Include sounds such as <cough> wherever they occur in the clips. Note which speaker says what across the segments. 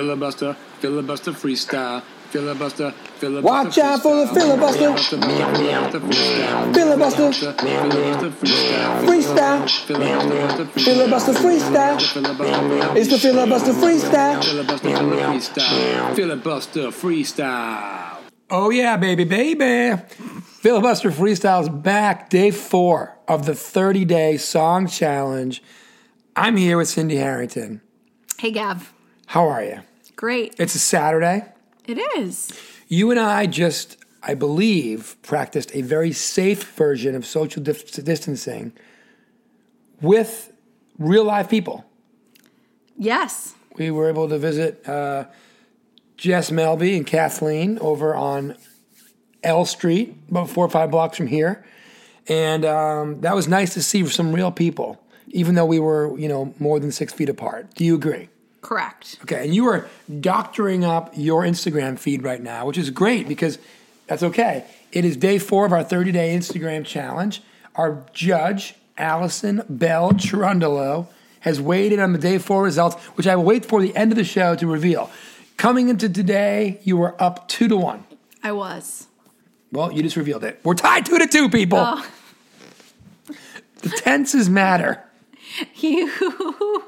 Speaker 1: Filibuster, filibuster freestyle. Filibuster, filibuster.
Speaker 2: Watch out for the filibuster.
Speaker 1: Filibuster,
Speaker 2: Filibuster.
Speaker 1: filibuster freestyle.
Speaker 2: Freestyle.
Speaker 1: Filibuster,
Speaker 2: Filibuster freestyle.
Speaker 1: Filibuster,
Speaker 2: It's the filibuster freestyle.
Speaker 1: filibuster freestyle. Filibuster freestyle.
Speaker 3: Oh yeah, baby, baby. Filibuster Freestyle's back, day four of the 30 day song challenge. I'm here with Cindy Harrington.
Speaker 4: Hey, Gav.
Speaker 3: How are you?
Speaker 4: Great.
Speaker 3: It's a Saturday.
Speaker 4: It is.
Speaker 3: You and I just, I believe, practiced a very safe version of social dif- distancing with real live people.
Speaker 4: Yes.
Speaker 3: We were able to visit uh, Jess Melby and Kathleen over on L Street, about four or five blocks from here. And um, that was nice to see some real people, even though we were, you know, more than six feet apart. Do you agree?
Speaker 4: Correct.
Speaker 3: Okay, and you are doctoring up your Instagram feed right now, which is great because that's okay. It is day four of our 30 day Instagram challenge. Our judge, Allison Bell Chirundolo, has weighed in on the day four results, which I will wait for the end of the show to reveal. Coming into today, you were up two to one.
Speaker 4: I was. <laughs>
Speaker 3: Well, you just revealed it. We're tied two to two, people.
Speaker 4: Oh.
Speaker 3: The tenses matter.
Speaker 4: You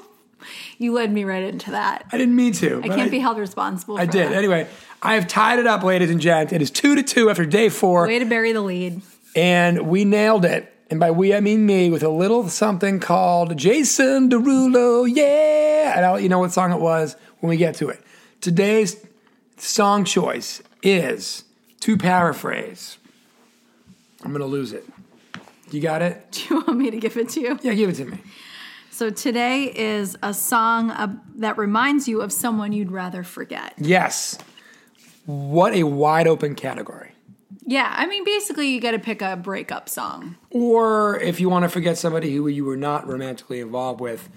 Speaker 4: you led me right into that.
Speaker 3: I didn't mean to.
Speaker 4: I
Speaker 3: but
Speaker 4: can't be held responsible.
Speaker 3: I
Speaker 4: for
Speaker 3: did.
Speaker 4: that.
Speaker 3: Anyway, I have tied it up, ladies and gents. It is two to two after day four.
Speaker 4: Way to bury the lead. <laughs>
Speaker 3: and we nailed it. And by we, I mean me, with a little something called Jason Derulo, yeah. And I'll let you know what song it was when we get to it. Today's song choice is, to paraphrase, I'm gonna lose it. You got it?
Speaker 4: Do you want me to give it to you?
Speaker 3: Yeah, give it to me.
Speaker 4: So today is a song uh, that reminds you of someone you'd rather forget.
Speaker 3: Yes. What a wide open category.
Speaker 4: Yeah, I mean, basically, you got to pick a breakup song.
Speaker 3: Or if you wanna forget somebody who you were not romantically involved with,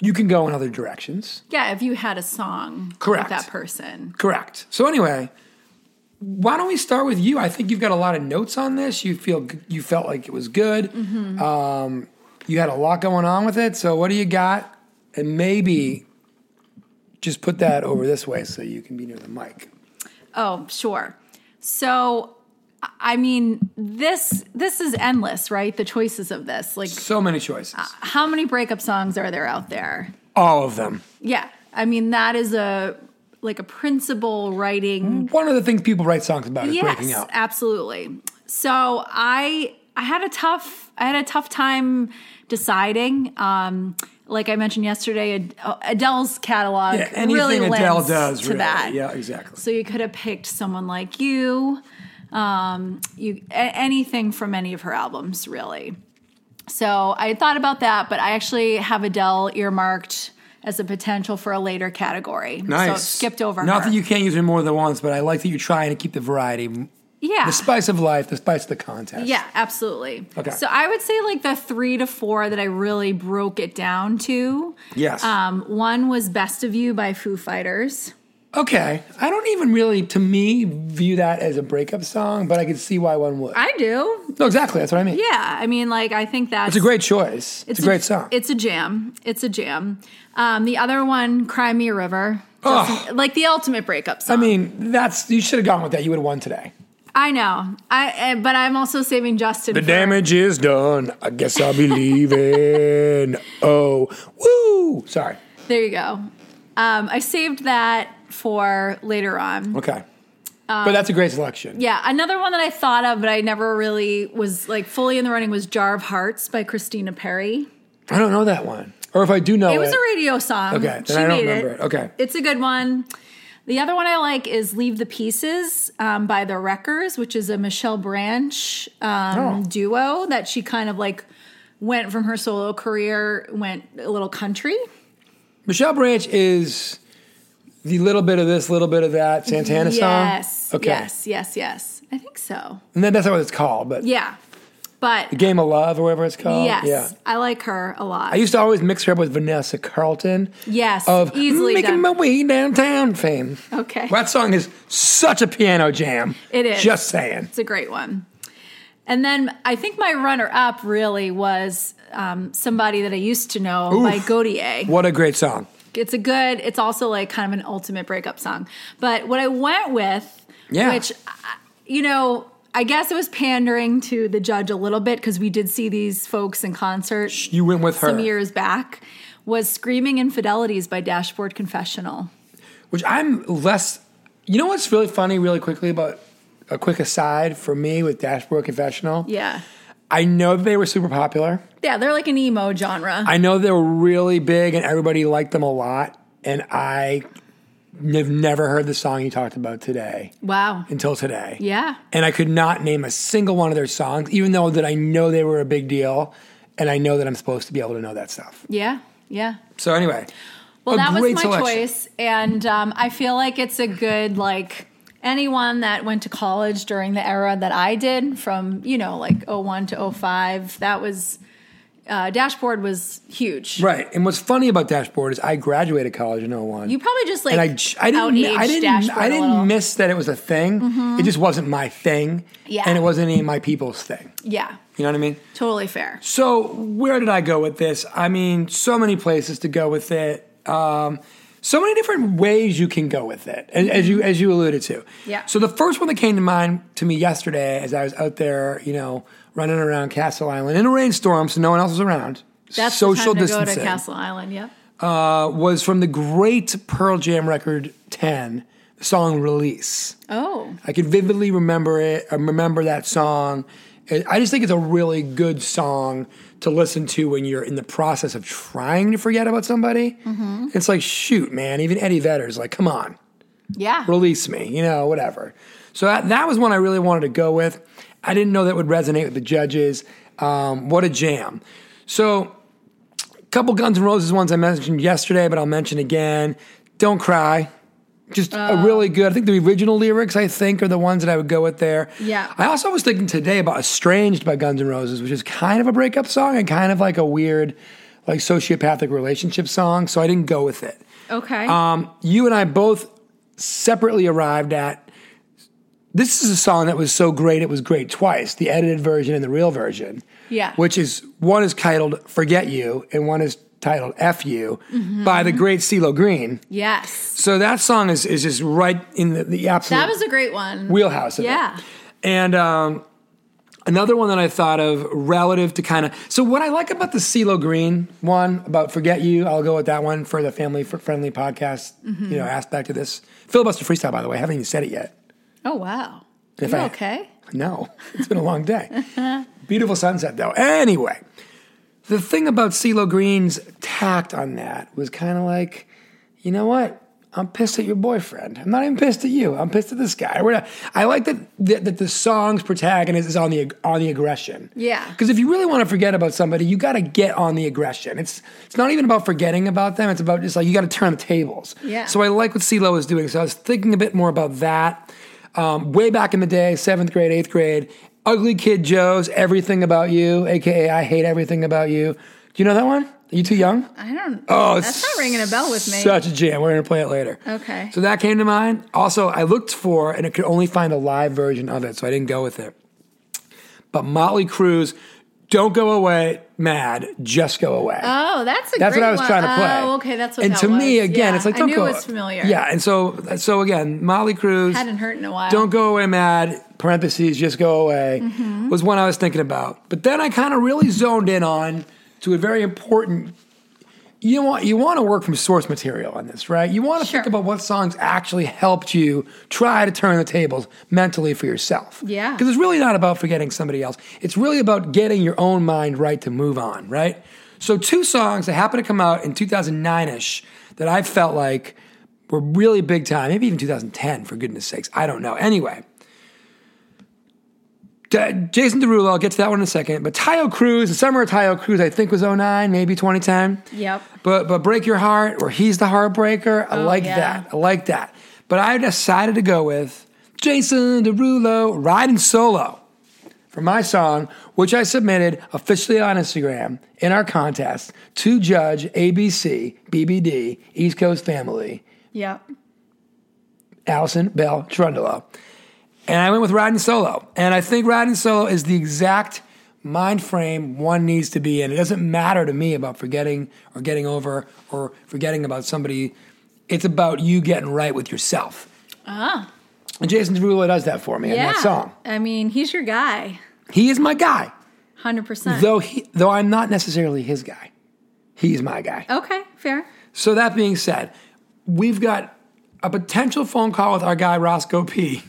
Speaker 3: you can go in other directions.
Speaker 4: Yeah, if you had a song
Speaker 3: Correct.
Speaker 4: with that person.
Speaker 3: Correct. So anyway, why don't we start with you? I think you've got a lot of notes on this. You feel you felt like it was good. Um,
Speaker 4: Mm-hmm.
Speaker 3: you had a lot going on with it. So what do you got? And maybe just put that over this way so you can be near the mic.
Speaker 4: Oh, sure. So, I- I mean, this this is endless, right? The choices of this, like
Speaker 3: So many choices.
Speaker 4: how many breakup songs are there out there?
Speaker 3: Ah. All of them.
Speaker 4: Yeah. I mean, that is a like a principal writing.
Speaker 3: One of the things people write songs about is Mm, breaking
Speaker 4: Yes,
Speaker 3: up.
Speaker 4: absolutely. So I I had a tough I had a tough time deciding. Um, like I mentioned yesterday, Ad- Adele's catalog
Speaker 3: Yeah, anything
Speaker 4: really
Speaker 3: Adele
Speaker 4: lends
Speaker 3: does
Speaker 4: to
Speaker 3: really.
Speaker 4: that.
Speaker 3: Yeah, exactly.
Speaker 4: So you could have picked someone like you, um, you a- anything from any of her albums, really. So I thought about that, but I actually have Adele earmarked as a potential for a later category.
Speaker 3: nice.
Speaker 4: So skipped over.
Speaker 3: Not
Speaker 4: her.
Speaker 3: that you can't use it more than once, but I like that you're trying to keep the variety,
Speaker 4: yeah.
Speaker 3: the spice of life, the spice of the contest.
Speaker 4: Yeah, absolutely.
Speaker 3: Okay.
Speaker 4: So I would say like the three to four that I really broke it down to.
Speaker 3: Yes.
Speaker 4: Um, one was Best of You by Foo Fighters.
Speaker 3: Okay, I don't even really, to me, view that as a breakup song, but I could see why one would.
Speaker 4: I do.
Speaker 3: no, exactly, that's what I mean.
Speaker 4: Yeah. I mean, like, I think that's
Speaker 3: It's a great choice. It's, a great song.
Speaker 4: It's a jam. It's a jam. Um, the other one, Cry Me a River.
Speaker 3: Ugh.
Speaker 4: Justin- like the ultimate breakup song.
Speaker 3: I mean, that's you should have gone with that. You would have won today.
Speaker 4: I know. I uh, but I'm also saving Justin. for-
Speaker 3: is done. I guess I'll be leaving. <laughs> oh, woo! Sorry.
Speaker 4: There you go. Um, I saved that for later on.
Speaker 3: Okay, but that's a great selection.
Speaker 4: Um, Yeah, another one that I thought of, but I never really was like fully in the running was "Jar of Hearts" by Christina Perry.
Speaker 3: I don't know that one, or if I do know it,
Speaker 4: It was a radio song.
Speaker 3: Oh, Okay, then
Speaker 4: she
Speaker 3: I don't
Speaker 4: made
Speaker 3: remember it.
Speaker 4: it.
Speaker 3: Okay.
Speaker 4: it's a good one. The other one I like is "Leave the Pieces" um, by the Wreckers, which is a Michelle Branch um,
Speaker 3: Oh.
Speaker 4: duo that she kind of like went from her solo career, went a little country.
Speaker 3: Michelle Branch is the little bit of this, little bit of that Santana song.
Speaker 4: Yes,
Speaker 3: Okay,
Speaker 4: yes, yes, yes. I think so.
Speaker 3: and then that's not what it's called, but
Speaker 4: Yeah, but
Speaker 3: Game of Love or whatever it's called.
Speaker 4: yes,
Speaker 3: Yeah.
Speaker 4: I like her a lot.
Speaker 3: I used to always mix her up with Vanessa Carlton
Speaker 4: Yes,
Speaker 3: of
Speaker 4: easily
Speaker 3: Making
Speaker 4: done.
Speaker 3: My Way Downtown fame.
Speaker 4: Okay.
Speaker 3: Well, that song is such a piano jam.
Speaker 4: It is.
Speaker 3: Just saying.
Speaker 4: It's a great one. And then I think my runner up really was um, somebody that I used to know by Godier.
Speaker 3: What a great song.
Speaker 4: it's a good. It's also like kind of an ultimate breakup song. But what I went with,
Speaker 3: Yeah.
Speaker 4: which I- you know. I guess it was pandering to the judge a little bit because we did see these folks in concert
Speaker 3: You went with her,
Speaker 4: some years back. Was "Screaming Infidelities" by Dashboard Confessional.
Speaker 3: which I'm less. You know what's really funny, really quickly about a quick aside for me with Dashboard Confessional.
Speaker 4: Yeah,
Speaker 3: I know that they were super popular.
Speaker 4: yeah, they're like an emo genre.
Speaker 3: I know they were really big and everybody liked them a lot. And I have never heard the song you talked about today
Speaker 4: wow.
Speaker 3: until today.
Speaker 4: Yeah.
Speaker 3: And I could not name a single one of their songs, even though that I know they were a big deal. And I know that I'm supposed to be able to know that stuff.
Speaker 4: Yeah. Yeah.
Speaker 3: So anyway,
Speaker 4: Well,
Speaker 3: a
Speaker 4: that was
Speaker 3: great
Speaker 4: my
Speaker 3: selection.
Speaker 4: choice, and um, I feel like it's a good like anyone that went to college during the era that I did, from you know like 01 to 05, that was uh, dashboard was huge.
Speaker 3: Right. And what's funny about Dashboard is I graduated college in 01.
Speaker 4: You probably just like
Speaker 3: and I, j- I didn't,
Speaker 4: outaged
Speaker 3: I didn't,
Speaker 4: dashboard
Speaker 3: I
Speaker 4: a little. Mm-hmm.
Speaker 3: didn't miss that it was a thing. It just wasn't my thing,
Speaker 4: Yeah.
Speaker 3: and it wasn't any of my people's thing.
Speaker 4: yeah,
Speaker 3: You know what I mean?
Speaker 4: totally fair.
Speaker 3: So where did I go with this? I mean, so many places to go with it. Um, so many different ways you can go with it, as, as you as you alluded to.
Speaker 4: Mm-hmm. Yeah.
Speaker 3: So the first one that came to mind to me yesterday, as I was out there, you know, running around Castle Island in a rainstorm, so no one else was around.
Speaker 4: That's
Speaker 3: social
Speaker 4: the time to
Speaker 3: distancing
Speaker 4: go to Castle Island. Yep.
Speaker 3: Uh, was from the great Pearl Jam record Ten, the song "Release."
Speaker 4: Oh,
Speaker 3: I can vividly remember it. I remember that song. And I just think it's a really good song to listen to when you're in the process of trying to forget about somebody. It's like, shoot, man. Even Eddie Vedder's like, come on,
Speaker 4: yeah.
Speaker 3: "Ah, release me, you know, whatever. So that, that was one I really wanted to go with. I didn't know that would resonate with the judges. Um, what a jam. So, a couple Guns N' Roses ones I mentioned yesterday, but I'll mention again. Don't cry. Just a really good. I think the original lyrics, I think, are the ones that I would go with there.
Speaker 4: Yeah.
Speaker 3: I also was thinking today about "Estranged" by Guns N' Roses, which is kind of a breakup song and kind of like a weird, like sociopathic relationship song. So I didn't go with it
Speaker 4: Okay.
Speaker 3: um, you and I both separately arrived at this is a song that was so great it was great twice the edited version and the real version
Speaker 4: Yeah.
Speaker 3: which is one is titled forget you and one is titled f you
Speaker 4: Mm-hmm.
Speaker 3: by the great CeeLo green
Speaker 4: yes,
Speaker 3: so that song is, is just right in the, the absolute
Speaker 4: that was a great one.
Speaker 3: wheelhouse of it.
Speaker 4: Yeah.
Speaker 3: and um, another one that i thought of relative to kind of so what i like about the CeeLo green one about forget you i'll go with that one for the family fr- friendly podcast you know aspect of this filibuster freestyle by the way i haven't even said it yet
Speaker 4: Oh wow.
Speaker 3: If
Speaker 4: you
Speaker 3: I-
Speaker 4: okay?
Speaker 3: no it's been a long day <laughs> beautiful sunset though anyway the thing about CeeLo green's tact on that was kind of like you know what I'm pissed at your boyfriend. I'm not even pissed at you. I'm pissed at this guy. We're not, I like that, that that the song's protagonist is on the ag- on the aggression.
Speaker 4: Yeah.
Speaker 3: Because if you really want to forget about somebody, you got to get on the aggression. It's it's not even about forgetting about them. It's about just like you got to turn the tables.
Speaker 4: Yeah.
Speaker 3: So I like what CeeLo is doing. So I was thinking a bit more about that. Um, way back in the day, seventh grade, eighth grade, Ugly Kid Joe's "Everything About You," aka "I Hate Everything About You." Do you know that one? Are you too young?
Speaker 4: I don't.
Speaker 3: Oh,
Speaker 4: that's not ringing a bell with me.
Speaker 3: Such a jam. We're gonna play it later.
Speaker 4: Okay.
Speaker 3: So that came to mind. Also, I looked for and I could only find a live version of it, so I didn't go with it. But Motley Crue's "Don't Go Away," "Mad," "Just Go Away."
Speaker 4: Oh, that's a
Speaker 3: That's
Speaker 4: great
Speaker 3: what I was
Speaker 4: one.
Speaker 3: trying to play.
Speaker 4: Oh, okay, that's what
Speaker 3: And
Speaker 4: that
Speaker 3: to me,
Speaker 4: was.
Speaker 3: again,
Speaker 4: Yeah,
Speaker 3: it's like
Speaker 4: I
Speaker 3: don't
Speaker 4: knew
Speaker 3: go.
Speaker 4: it was familiar.
Speaker 3: Yeah, and so so again, Motley Crue's
Speaker 4: hadn't heard in a while.
Speaker 3: don't go away mad parentheses just go away
Speaker 4: Mm-hmm.
Speaker 3: was one i was thinking about but then i kind of really zoned in on to a very important you want you want to work from source material on this right you want to
Speaker 4: Sure.
Speaker 3: think about what songs actually helped you try to turn the tables mentally for yourself
Speaker 4: Yeah.
Speaker 3: because it's really not about forgetting somebody else it's really about getting your own mind right to move on right so two songs that happened to come out in 2009ish that i felt like were really big time, maybe even 2010, for goodness sakes. I don't know. Anyway, D- Jason Derulo, I'll get to that one in a second. But Tayo Cruz, the summer of Tayo Cruz, I think was 09, maybe 2010.
Speaker 4: Yep.
Speaker 3: But but Break Your Heart or He's the Heartbreaker. I like
Speaker 4: yeah.
Speaker 3: that. I like that. But I decided to go with Jason Derulo riding solo for my song, which I submitted officially on Instagram in our contest to judge ABC BBD East Coast Family.
Speaker 4: Yeah.
Speaker 3: Allison Bell Trundolo. And I went with Riding Solo. And I think Riding Solo is the exact mind frame one needs to be in. It doesn't matter to me about forgetting or getting over or forgetting about somebody. It's about you getting right with yourself.
Speaker 4: Ah,
Speaker 3: And Jason Derulo does that for me in
Speaker 4: yeah.
Speaker 3: that song.
Speaker 4: I mean, he's your guy,
Speaker 3: He is my guy,
Speaker 4: hundred percent.
Speaker 3: though he though I'm not necessarily his guy. He's my guy.
Speaker 4: Okay, fair.
Speaker 3: So that being said, we've got a potential phone call with our guy Roscoe P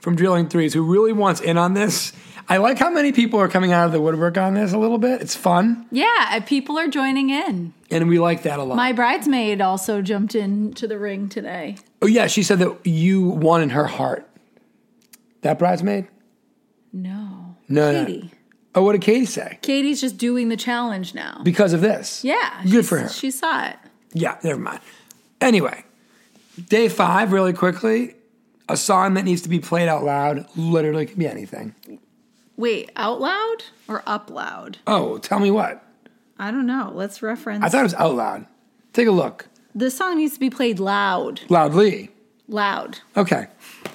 Speaker 3: from Drilling Threes, who really wants in on this. I like how many people are coming out of the woodwork on this a little bit. It's fun,
Speaker 4: Yeah, uh, people are joining in.
Speaker 3: and we like that a lot.
Speaker 4: My bridesmaid also jumped into the ring today.
Speaker 3: oh yeah, she said that you won in her heart. That bridesmaid?
Speaker 4: No,
Speaker 3: No, no.
Speaker 4: Katie.
Speaker 3: Oh, what did Katie say?
Speaker 4: Katie's just doing the challenge now.
Speaker 3: Because of this?
Speaker 4: Yeah,
Speaker 3: Good
Speaker 4: she-
Speaker 3: for her.
Speaker 4: She saw it.
Speaker 3: Yeah, never mind. Anyway, day five, really quickly, a song that needs to be played out loud literally can be anything.
Speaker 4: Wait, out loud or up loud?
Speaker 3: Oh, tell me what.
Speaker 4: I don't know. Let's reference.
Speaker 3: I thought it was out loud. Take a look.
Speaker 4: this song needs to be played loud.
Speaker 3: Loudly.
Speaker 4: Loud.
Speaker 3: Okay.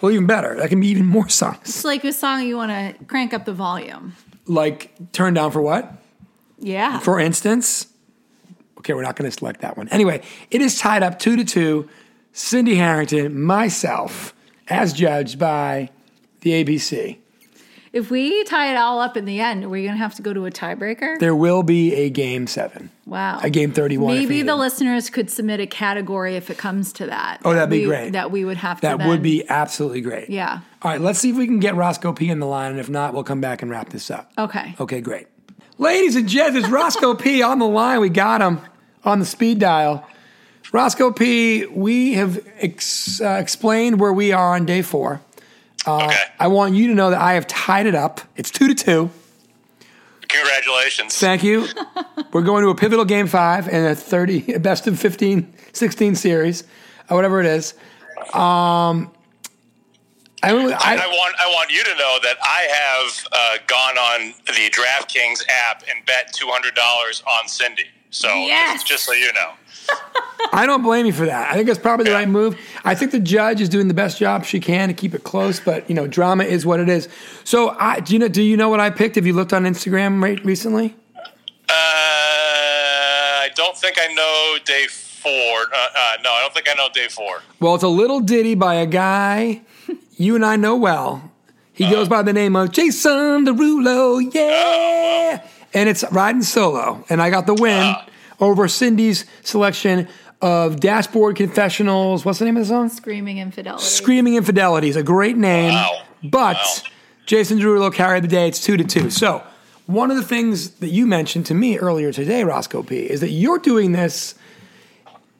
Speaker 3: Well, even better. That can be even more songs.
Speaker 4: It's like a song you want to crank up the volume.
Speaker 3: Like Turn Down for What?
Speaker 4: Yeah.
Speaker 3: For instance. Okay, we're not going to select that one. Anyway, it is tied up two to two. Cindy Harrington, myself, as judged by the ABC.
Speaker 4: if we tie it all up in the end, are we going to have to go to a tiebreaker?
Speaker 3: There will be a game seven.
Speaker 4: Wow.
Speaker 3: A game 31. if
Speaker 4: Maybe
Speaker 3: needed.
Speaker 4: the listeners could submit a category if it comes to that.
Speaker 3: Oh, that'd be
Speaker 4: we-
Speaker 3: great.
Speaker 4: That we would have to.
Speaker 3: That would
Speaker 4: then-
Speaker 3: be absolutely great.
Speaker 4: Yeah.
Speaker 3: All right, let's see if we can get Roscoe P in the line, and if not, we'll come back and wrap this up.
Speaker 4: Okay.
Speaker 3: Okay, great. Ladies and gents, it's Roscoe P on the line. We got him on the speed dial. Roscoe P, we have ex- uh, explained where we are on day four.
Speaker 5: okay.
Speaker 3: I want you to know that I have tied it up. It's two to two.
Speaker 5: Congratulations.
Speaker 3: Thank you. We're going to a pivotal game five and a 30, a <laughs> best of 15, 16 series, uh, whatever it is. Um, I, really-
Speaker 5: I
Speaker 3: I,
Speaker 5: want I want you to know that I have uh, gone on the DraftKings app and bet two hundred dollars on Cindy. So
Speaker 4: Yes.
Speaker 5: just, just so you know,
Speaker 3: I don't blame you for that. I think it's probably the
Speaker 5: Yeah.
Speaker 3: right move. I think the judge is doing the best job she can to keep it close, but you know, drama is what it is. So, I, do you know? Do you know what I picked? Have you looked on Instagram right recently?
Speaker 5: uh, I don't think I know day four. Uh, uh, no, I don't think I know day four.
Speaker 3: Well, it's a little ditty by a guy you and I know well. He goes by the name of Jason Derulo, yeah, and it's riding solo. And I got the win over Cindy's selection of Dashboard Confessionals. What's the name of the song?
Speaker 4: Screaming infidelity.
Speaker 3: Screaming Infidelity is a great name.
Speaker 5: Wow.
Speaker 3: But
Speaker 5: Wow.
Speaker 3: Jason Derulo carried the day. It's two to two. So one of the things that you mentioned to me earlier today, Roscoe P, is that you're doing this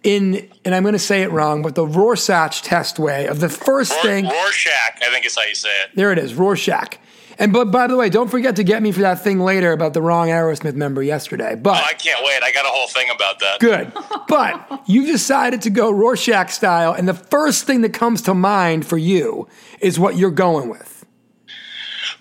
Speaker 3: in, and I'm going to say it wrong, but the Rorschach test way of the first
Speaker 5: Ror-
Speaker 3: thing.
Speaker 5: Rorschach, I think is how you say it.
Speaker 3: There it is, Rorschach. And but by the way, don't forget to get me for that thing later about the wrong Aerosmith member yesterday. But
Speaker 5: Oh, I can't wait. I got a whole thing about that.
Speaker 3: Good. But you decided to go Rorschach style, and the first thing that comes to mind for you is what you're going with.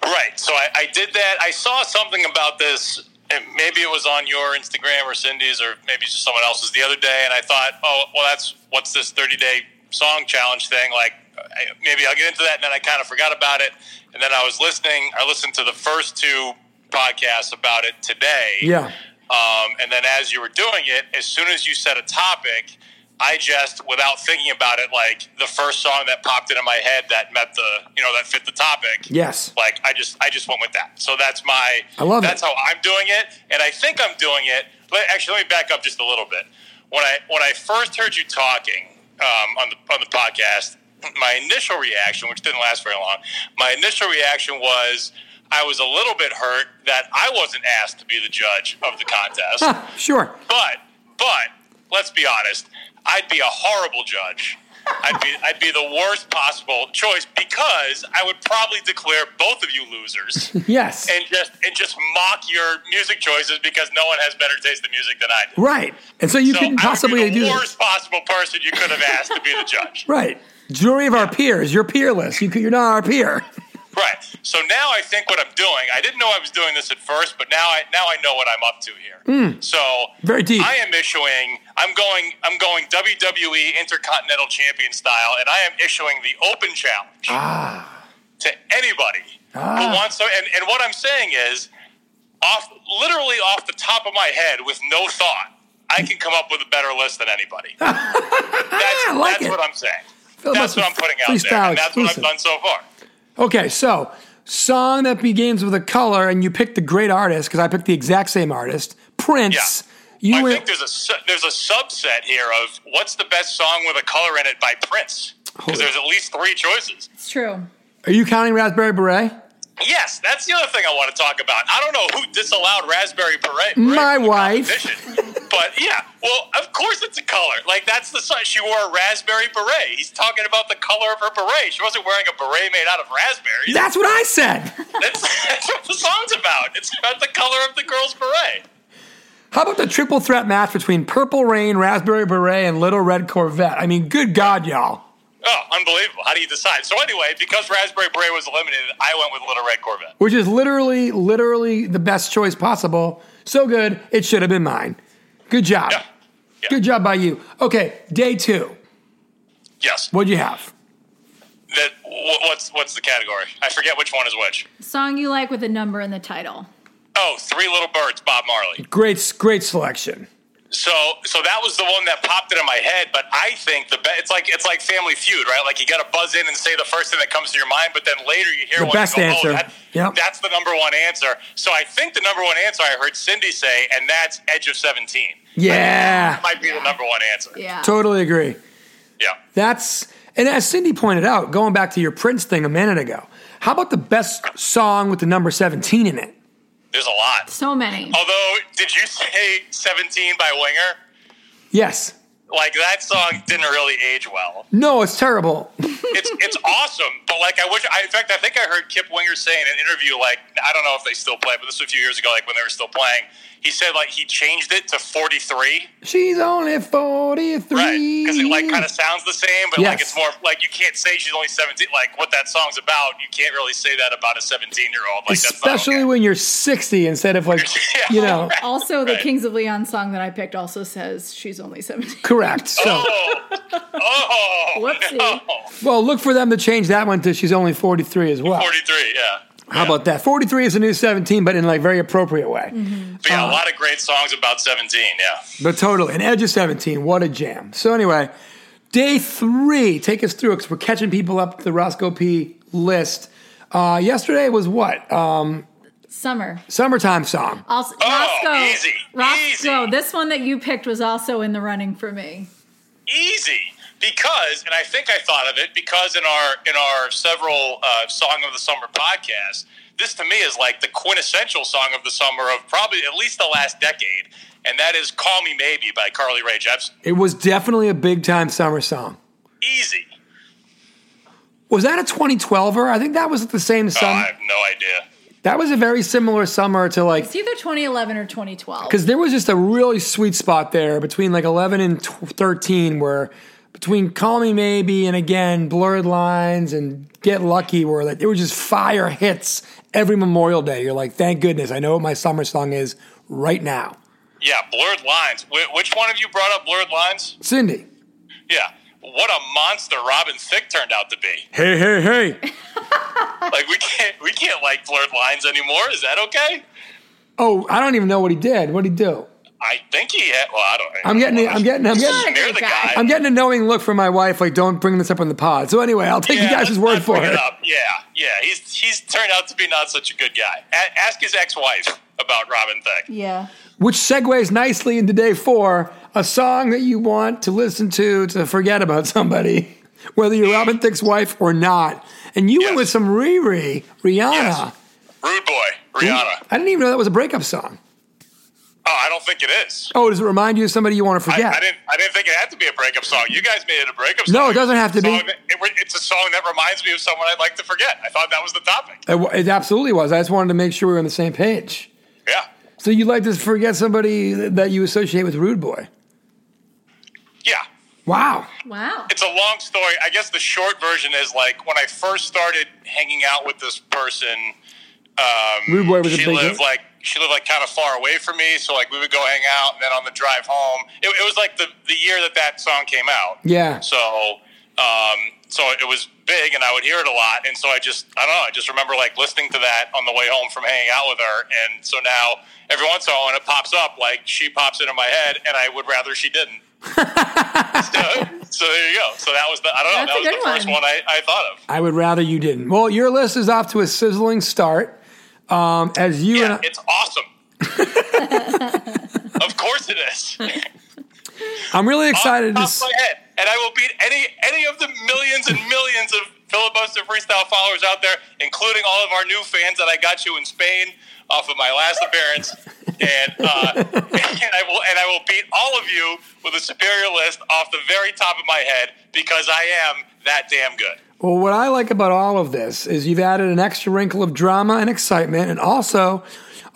Speaker 5: Right. So I, I did that. I saw something about this. and Maybe it was on your Instagram or Cindy's or maybe it's just someone else's the other day. And I thought, oh, well, that's what's this 30 day song challenge thing? Like, I, maybe I'll get into that. And then I kind of forgot about it. And then I was listening. I listened to the first two podcasts about it today.
Speaker 3: Yeah.
Speaker 5: Um, and then as you were doing it, as soon as you said a topic, I just, without thinking about it, like the first song that popped into my head that met the, you know, that fit the topic
Speaker 3: Yes.
Speaker 5: like I just I just went with that. So that's my
Speaker 3: I love it.
Speaker 5: that's how I'm doing it, and I think I'm doing it. Let, actually, let me back up just a little bit. When I when I first heard you talking um, on the on the podcast, my initial reaction, which didn't last very long, my initial reaction was I was a little bit hurt that I wasn't asked to be the judge of the contest.
Speaker 3: Huh, <laughs> sure.
Speaker 5: But but let's be honest, I'd be a horrible judge. I'd be I'd be the worst possible choice because I would probably declare both of you
Speaker 3: <laughs>
Speaker 5: losers
Speaker 3: Yes.
Speaker 5: and just and just mock your music choices because no one has better taste in music than I do.
Speaker 3: right. And so you
Speaker 5: so
Speaker 3: couldn't
Speaker 5: I would
Speaker 3: possibly
Speaker 5: be the
Speaker 3: do this.
Speaker 5: worst possible person you could have asked to be the judge.
Speaker 3: Right. Jury of our peers. You're peerless. You could, you're not our peer. <laughs>
Speaker 5: Right. So now I think what I'm doing. I didn't know I was doing this at first, but now I now I know what I'm up to here. So
Speaker 3: Hmm. Very deep.
Speaker 5: I am issuing. I'm going. I'm going WWE Intercontinental Champion style, and I am issuing the Open Challenge
Speaker 3: Ah.
Speaker 5: to anybody who wants to. And, and what I'm saying is, off, literally off the top of my head, with no thought, I can come up with a better list than anybody.
Speaker 3: <laughs>
Speaker 5: that's
Speaker 3: like
Speaker 5: that's
Speaker 3: it.
Speaker 5: what I'm saying. That's
Speaker 3: Filibuster
Speaker 5: what I'm putting out there,
Speaker 3: freestyle
Speaker 5: and that's what I've
Speaker 3: exclusive.
Speaker 5: done so far.
Speaker 3: Okay, so song that begins with a color, and you picked the great artist because I picked the exact same artist, Prince. You
Speaker 5: I
Speaker 3: went,
Speaker 5: think there's a su- there's a subset here of what's the best song with a color in it by Prince
Speaker 3: Holy-
Speaker 5: because there's at least three choices.
Speaker 4: It's true.
Speaker 3: are you counting Raspberry Beret?
Speaker 5: Yes, that's the other thing I want to talk about. I don't know who disallowed Raspberry Beret. Beret
Speaker 3: My
Speaker 5: from the
Speaker 3: wife.
Speaker 5: competition, <laughs> but yeah, well, of course it's a color. Like that's the song. She wore a raspberry beret. He's talking about the color of her beret. She wasn't wearing a beret made out of raspberries.
Speaker 3: That's what I said. <laughs>
Speaker 5: That's, <laughs> that's what the song's about. It's about the color of the girl's beret.
Speaker 3: How about the triple threat match between Purple Rain, Raspberry Beret, and Little Red Corvette? I mean, good God, y'all.
Speaker 5: Oh, unbelievable. How do you decide? So anyway, because Raspberry Beret was eliminated, I went with Little Red Corvette.
Speaker 3: Which is literally, literally the best choice possible. So good, it should have been mine. Good job.
Speaker 5: Yeah. Yeah.
Speaker 3: Good job by you. Okay, day two.
Speaker 5: Yes.
Speaker 3: What'd you have?
Speaker 5: That wh- what's what's the category? I forget which one is which.
Speaker 4: Song you like with a number in the title.
Speaker 5: Oh, Three Little Birds, Bob Marley.
Speaker 3: Great, great selection.
Speaker 5: So so that was the one that popped into my head. But I think the be- it's like it's like Family Feud, right? Like you got to buzz in and say the first thing that comes to your mind, but then later you hear
Speaker 3: The
Speaker 5: one and
Speaker 3: best
Speaker 5: go,
Speaker 3: answer.
Speaker 5: Oh, that,
Speaker 3: Yep.
Speaker 5: That's the number one answer. So I think the number one answer I heard Cindy say, and that's Edge of Seventeen.
Speaker 3: Yeah,
Speaker 5: Might be the number one answer.
Speaker 4: Yeah.
Speaker 3: totally agree.
Speaker 5: Yeah.
Speaker 3: That's and as Cindy pointed out, going back to your Prince thing a minute ago. How about the best song with the number seventeen in it?
Speaker 5: There's a lot.
Speaker 4: so many.
Speaker 5: Although, did you say 17 by Winger?
Speaker 3: Yes.
Speaker 5: Like that song didn't really age well.
Speaker 3: No, it's terrible.
Speaker 5: It's it's awesome, but like I wish. I, in fact, I think I heard Kip Winger say in an interview, like I don't know if they still play, but this was a few years ago, like when they were still playing. He said like he changed it to 43,
Speaker 3: She's only forty three.
Speaker 5: right? Because it like kind of sounds the same, but like
Speaker 3: Yes.
Speaker 5: it's more like you can't say she's only 17. Like what that song's about, you can't really say that about a 17 year old. Like
Speaker 3: especially
Speaker 5: that's not okay.
Speaker 3: when you're sixty instead of like
Speaker 5: <laughs> Yeah.
Speaker 3: you know
Speaker 4: Also, the
Speaker 5: Right.
Speaker 4: Kings of Leon song that I picked also says she's only 17.
Speaker 3: correct. So
Speaker 5: Oh, oh,
Speaker 4: Whoopsie.
Speaker 5: no. <laughs>
Speaker 3: well, look for them to change that one to she's only forty three as well.
Speaker 5: 43, yeah. Mm-hmm.
Speaker 3: How about that? Forty three is a new seventeen, but in like very appropriate way.
Speaker 5: But yeah, a lot of great songs about 17, yeah.
Speaker 3: But totally. And Edge of 17, what a jam. So, anyway, day three, take us through because we're catching people up to the Roscoe P list. Uh, yesterday was what? Uh,
Speaker 4: Summer.
Speaker 3: summertime song.
Speaker 4: Also,
Speaker 5: Oh,
Speaker 4: Roscoe.
Speaker 5: easy,
Speaker 4: Roscoe.
Speaker 5: easy.
Speaker 4: This one that you picked was also in the running for me.
Speaker 5: easy because and i think i thought of it because in our in our several uh, song of the summer podcasts this to me is like the quintessential song of the summer of probably at least the last decade and that is call me maybe by carly rae jepsen
Speaker 3: It was definitely a big time summer song.
Speaker 5: easy
Speaker 3: Was that a 2012er? I think that was the same
Speaker 5: oh, i
Speaker 3: summer.
Speaker 5: have no idea
Speaker 3: That was a very similar summer to like,
Speaker 4: It's either 2011 or 2012.
Speaker 3: because there was just a really sweet spot there between like 11 and tw 13 where between Call Me Maybe and again Blurred Lines and Get Lucky were like it was just fire hits every Memorial Day. You're like, thank goodness, I know what my summer song is right now.
Speaker 5: yeah blurred lines Wh- which one of you brought up blurred lines
Speaker 3: Cindy.
Speaker 5: yeah what a monster robin thicke turned out to
Speaker 3: <laughs>
Speaker 5: be
Speaker 3: Hey, hey, hey.
Speaker 5: like we can't we can't like blurred lines anymore is that okay
Speaker 3: oh, I don't even know what he did. What'd he do?
Speaker 5: i think he had well i don't
Speaker 3: I'm getting it. I'm getting I'm getting
Speaker 5: Smear the guy.
Speaker 3: I'm getting a knowing look from my wife, like, don't bring this up on the pod. So anyway, I'll take you
Speaker 5: Yeah,
Speaker 3: guys'
Speaker 5: let's
Speaker 3: word
Speaker 5: not
Speaker 3: for
Speaker 5: bring
Speaker 3: it.
Speaker 5: up. Yeah, yeah. He's he's turned out to be not such a good guy. A- ask his ex-wife about Robin Thicke.
Speaker 4: yeah.
Speaker 3: Which segues nicely into day four, a song that you want to listen to to forget about somebody, <laughs> whether you're Robin Thicke's wife or not. And you went
Speaker 5: Yes.
Speaker 3: with some Riri, Rihanna.
Speaker 5: Yes. Rude boy, Rihanna.
Speaker 3: I didn't even know that was a breakup song.
Speaker 5: Oh, I don't think it is.
Speaker 3: Oh, does it remind you of somebody you want to
Speaker 5: I,
Speaker 3: forget?
Speaker 5: I didn't. I didn't think it had to be a breakup song. You guys made it a breakup. song.
Speaker 3: No, it doesn't have to be.
Speaker 5: Song that- it re- it's a song that reminds me of someone I'd like to forget. I thought that was the topic.
Speaker 3: It wa- it absolutely was. I just wanted to make sure we were on the same page.
Speaker 5: Yeah,
Speaker 3: So you'd like to forget somebody that you associate with Rude Boy.
Speaker 5: yeah.
Speaker 3: Wow.
Speaker 4: Wow.
Speaker 5: It's a long story. I guess the short version is like when I first started hanging out with this person. Um,
Speaker 3: Rude Boy was a
Speaker 5: she
Speaker 3: big
Speaker 5: lived
Speaker 3: hit.
Speaker 5: like she lived like kind of far away from me, so like we would go hang out. And then on the drive home, it, it was like the the year that that song came out.
Speaker 3: Yeah.
Speaker 5: So um, so it was big, and I would hear it a lot. And so I just, I don't know, I just remember like listening to that on the way home from hanging out with her. And so now every once in a while, when it pops up, like she pops into my head, and I would rather
Speaker 3: <laughs>
Speaker 5: she didn't. so, so there you go. So that was the, I don't know,
Speaker 4: That's a
Speaker 5: that was
Speaker 4: good
Speaker 5: the first
Speaker 4: one.
Speaker 5: one, I, I thought of.
Speaker 3: I would rather you didn't. Well, your list is off to a sizzling start. Um, as you
Speaker 5: Yeah,
Speaker 3: and
Speaker 5: it's awesome. of course it is.
Speaker 3: I, am really excited to.
Speaker 5: Off
Speaker 3: s-
Speaker 5: the top of my head. And I will beat any any of the millions and millions of filibuster freestyle followers out there, including all of our new fans that I got you in Spain off of my last appearance. And uh, <laughs> and I will and I will beat all of you with a superior list off the very top of my head because I am that damn good.
Speaker 3: Well, what I like about all of this is you've added an extra wrinkle of drama and excitement, and also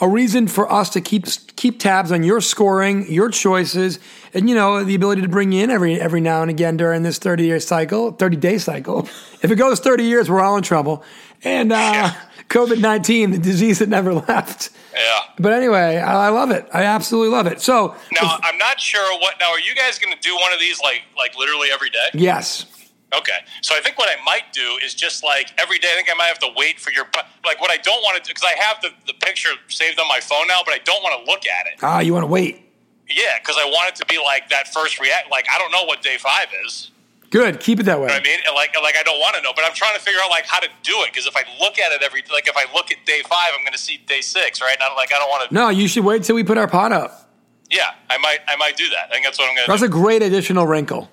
Speaker 3: a reason for us to keep keep tabs on your scoring, your choices, and you know the ability to bring you in every every now and again during this thirty year cycle, thirty day cycle. <laughs> If it goes thirty years, we're all in trouble. And uh,
Speaker 5: Yeah.
Speaker 3: <laughs> COVID nineteen, the disease that never <laughs> left.
Speaker 5: Yeah.
Speaker 3: But anyway, I, I love it. I absolutely love it. So
Speaker 5: Now I'm not sure what now are you guys gonna do one of these like like literally every day?
Speaker 3: yes,
Speaker 5: Okay. So I think what I might do is just like every day, I think I might have to wait for your, like what I don't want to do, because I have the, the picture saved on my phone now, but I don't want to look at it.
Speaker 3: ah, you want to wait.
Speaker 5: Yeah, because I want it to be like that first react. Like, I don't know what day five is.
Speaker 3: Good, keep it that way.
Speaker 5: You know what I mean? And like, and like I don't want to know, but I'm trying to figure out like how to do it. Because if I look at it every, like if I look at day five, I'm going to see day six, right? And I'm like, I don't want to.
Speaker 3: No, you should wait till we put our pot up.
Speaker 5: Yeah, I might, I might do that. I think that's what I'm going
Speaker 3: That's
Speaker 5: to do.
Speaker 3: a great additional wrinkle.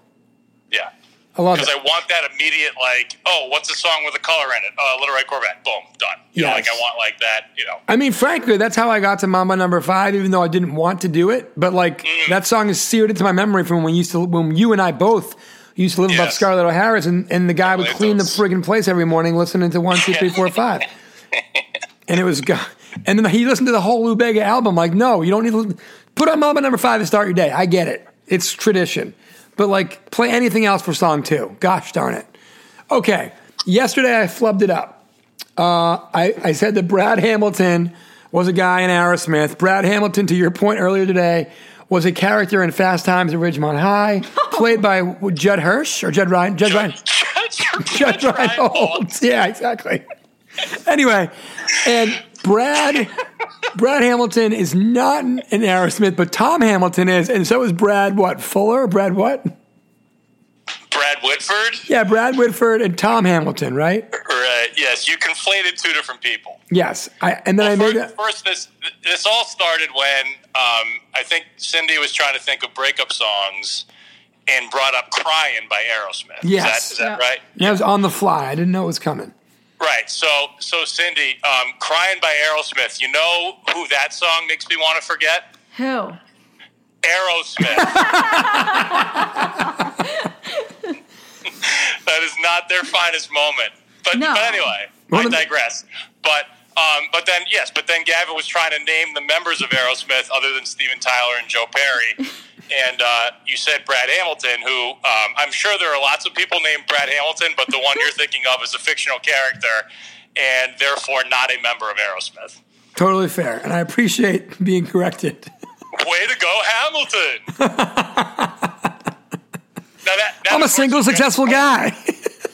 Speaker 5: Yeah.
Speaker 3: I love it.
Speaker 5: Because I want that immediate, like, oh, what's the song with the color in it? Uh, Little Red Corvette. Boom, done. You know, like
Speaker 3: Yes.
Speaker 5: I want like that, you know.
Speaker 3: I mean, frankly, that's how I got to Mama Number Five, even though I didn't want to do it. But like
Speaker 5: Mm.
Speaker 3: that song is seared into my memory from when we used to when you and I both used to live above
Speaker 5: Yes.
Speaker 3: Scarlett O'Hara's, and, and the guy would
Speaker 5: believe
Speaker 3: clean the
Speaker 5: those.
Speaker 3: friggin' place every morning, listening to one, two, three, four,
Speaker 5: <laughs>
Speaker 3: five, and it was go- and then he listened to the whole Lou Bega album. Like, no, you don't need to li- put on Mama Number Five to start your day. I get it; it's tradition. But like, play anything else for song two. Gosh darn it. Okay, yesterday I flubbed it up. Uh, I, I said that Brad Hamilton was a guy in Aerosmith. Brad Hamilton, to your point earlier today, was a character in Fast Times at Ridgemont High, played by Judd Hirsch or Judd Ryan. Judd Ryan. Judd <laughs>
Speaker 5: Judge
Speaker 3: Reinhold. <laughs> Yeah, exactly. anyway, and Brad Brad Hamilton is not an Aerosmith, but Tom Hamilton is, and so is Brad what Fuller? Brad what?
Speaker 5: Brad Whitford.
Speaker 3: Yeah, Brad Whitford and Tom Hamilton, right?
Speaker 5: Right. uh, Yes, you conflated two different people.
Speaker 3: Yes. I and then I
Speaker 5: Well,
Speaker 3: made
Speaker 5: first,
Speaker 3: that.
Speaker 5: first, this this all started when um, I think Cindy was trying to think of breakup songs and brought up "Crying" by Aerosmith. Is that-
Speaker 3: Yes.
Speaker 5: Is that right?
Speaker 3: That was on the fly. I didn't know it was coming.
Speaker 5: Right. So, so Cindy, um, "Crying" by Aerosmith. You know who that song makes me want to forget?
Speaker 4: Who?
Speaker 5: Aerosmith. that is not their finest moment. But,
Speaker 4: No.
Speaker 5: but anyway,
Speaker 3: Well,
Speaker 5: I
Speaker 3: the-
Speaker 5: digress. But um, but then yes, but then Gavin was trying to name the members of Aerosmith other than Steven Tyler and Joe Perry. And uh, you said Brad Hamilton, who um, I'm sure there are lots of people named Brad Hamilton, but the one you're thinking of is a fictional character and therefore not a member of Aerosmith.
Speaker 3: Totally fair, and I appreciate <laughs> being corrected.
Speaker 5: Way to go,
Speaker 3: <laughs>
Speaker 5: Hamilton! now that, that
Speaker 3: I'm a
Speaker 5: of course,
Speaker 3: single,
Speaker 5: is just-
Speaker 3: successful guy.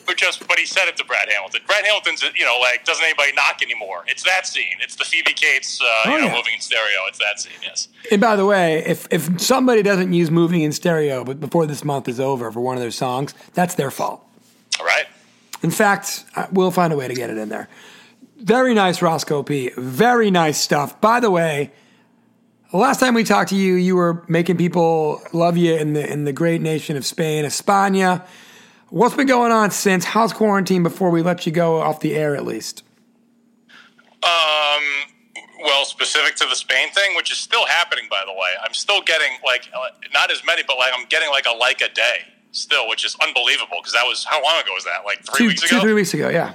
Speaker 5: But just, but he said it to Brad Hamilton. Brad Hamilton's, you know, like doesn't anybody knock anymore? It's that scene. It's the Phoebe Cates, uh,
Speaker 3: Oh,
Speaker 5: you know,
Speaker 3: yeah.
Speaker 5: moving in stereo. It's that scene. Yes.
Speaker 3: <laughs> and by the way, if if somebody doesn't use moving in stereo but before this month is over for one of their songs, that's their fault.
Speaker 5: All right.
Speaker 3: In fact, I- we'll find a way to get it in there. Very nice, Roscoe P. Very nice stuff. By the way, the last time we talked to you, you were making people love you in the in the great nation of Spain, España. What's been going on since? How's quarantine before we let you go off the air, at least?
Speaker 5: Um, Well, specific to the Spain thing, which is still happening, by the way, I'm still getting like uh, not as many, but like I'm getting like a like a day still, which is unbelievable because that was how long ago was that? Like three
Speaker 3: Two,
Speaker 5: weeks
Speaker 3: two,
Speaker 5: ago.
Speaker 3: three weeks ago, yeah.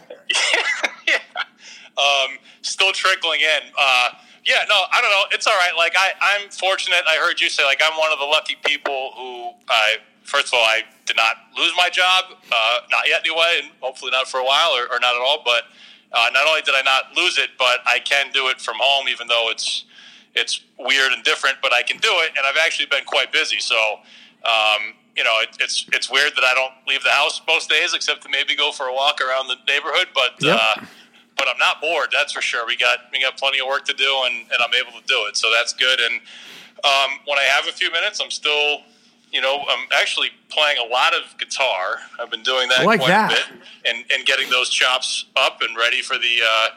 Speaker 5: um, still trickling in. Uh, yeah, no, I don't know. It's all right. Like I, I'm fortunate. I heard you say like I'm one of the lucky people who I. First of all, I did not lose my job, uh, not yet anyway, and hopefully not for a while or, or not at all. But uh, not only did I not lose it, but I can do it from home, even though it's it's weird and different. But I can do it, and I've actually been quite busy. So um, you know, it, it's it's weird that I don't leave the house most days, except to maybe go for a walk around the neighborhood. But
Speaker 3: Yep.
Speaker 5: uh, but I'm not bored. That's for sure. We got we got plenty of work to do, and, and I'm able to do it, so that's good. And um, when I have a few minutes, I'm still, you know, I'm actually playing a lot of guitar. I've been doing that
Speaker 3: I like
Speaker 5: quite
Speaker 3: that.
Speaker 5: a bit, and and getting those chops up and ready for the. Uh,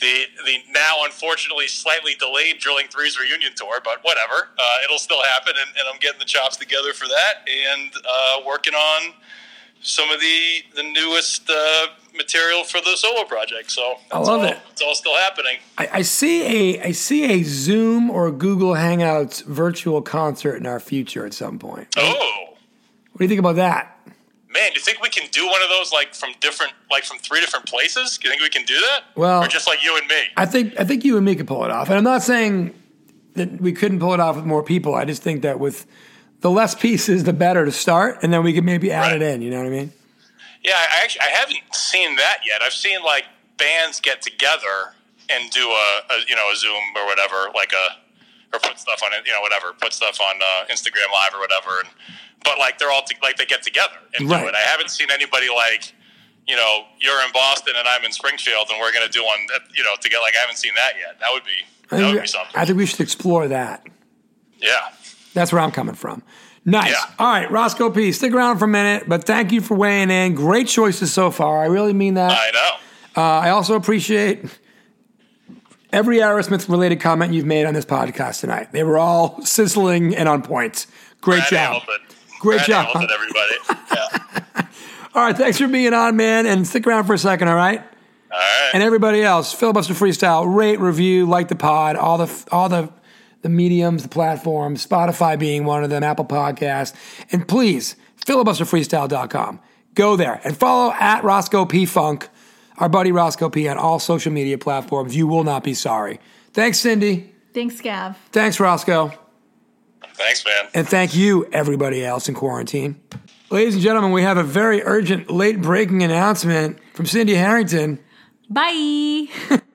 Speaker 5: the the now unfortunately slightly delayed Drilling Threes reunion tour, but whatever, uh, it'll still happen, and, and I'm getting the chops together for that, and uh, working on some of the the newest uh, material for the solo project. So
Speaker 3: I
Speaker 5: it's
Speaker 3: love
Speaker 5: all-
Speaker 3: it.
Speaker 5: It's all still happening.
Speaker 3: I, I see a I see a Zoom or Google Hangouts virtual concert in our future at some point.
Speaker 5: Oh
Speaker 3: What do you think about that?
Speaker 5: man, do you think we can do one of those like from different, like from three different places? Do you think we can do that?
Speaker 3: Well-
Speaker 5: or just like you and me?
Speaker 3: I think I think you and me could pull it off. And I'm not saying that we couldn't pull it off with more people. I just think that with the less pieces, the better to start, and then we could maybe add it
Speaker 5: Right.
Speaker 3: in. You know what I mean?
Speaker 5: Yeah, I actually I haven't seen that yet. I've seen like bands get together and do a, a you know a Zoom or whatever, like a or put stuff on it, you know whatever, put stuff on uh, Instagram Live or whatever. And, but like they're all to, like they get together and
Speaker 3: Right.
Speaker 5: do it. I haven't seen anybody like you know you're in Boston and I'm in Springfield and we're gonna do one that, you know to get like I haven't seen that yet. That would be
Speaker 3: I
Speaker 5: that
Speaker 3: think,
Speaker 5: would
Speaker 3: we-
Speaker 5: be something.
Speaker 3: I think we should explore that.
Speaker 5: Yeah.
Speaker 3: That's where I'm coming from. Nice.
Speaker 5: Yeah.
Speaker 3: All right, Roscoe P, stick around for a minute, but thank you for weighing in. Great choices so far. I really mean that.
Speaker 5: I know.
Speaker 3: Uh, I also appreciate every Aerosmith related comment you've made on this podcast tonight. They were all sizzling and on point. Great
Speaker 5: Brad
Speaker 3: job.
Speaker 5: Hamilton.
Speaker 3: Great
Speaker 5: Brad
Speaker 3: job.
Speaker 5: Hamilton,
Speaker 3: <laughs>
Speaker 5: everybody. yeah.
Speaker 3: All right, thanks for being on, man, and stick around for a second, all right?
Speaker 5: All right.
Speaker 3: And everybody else, filibuster freestyle, rate, review, like the pod, all the all the the mediums, the platforms, Spotify being one of them, Apple Podcasts, and please filibusterfreestyle.com. Go there and follow at Roscoe P Funk, our buddy Roscoe P on all social media platforms. You will not be sorry. Thanks, Cindy.
Speaker 4: Thanks, Gav.
Speaker 3: Thanks, Roscoe.
Speaker 5: Thanks, man.
Speaker 3: And thank you, everybody else in quarantine. Ladies and gentlemen, we have a very urgent, late breaking announcement from Cindy Harrington.
Speaker 4: Bye.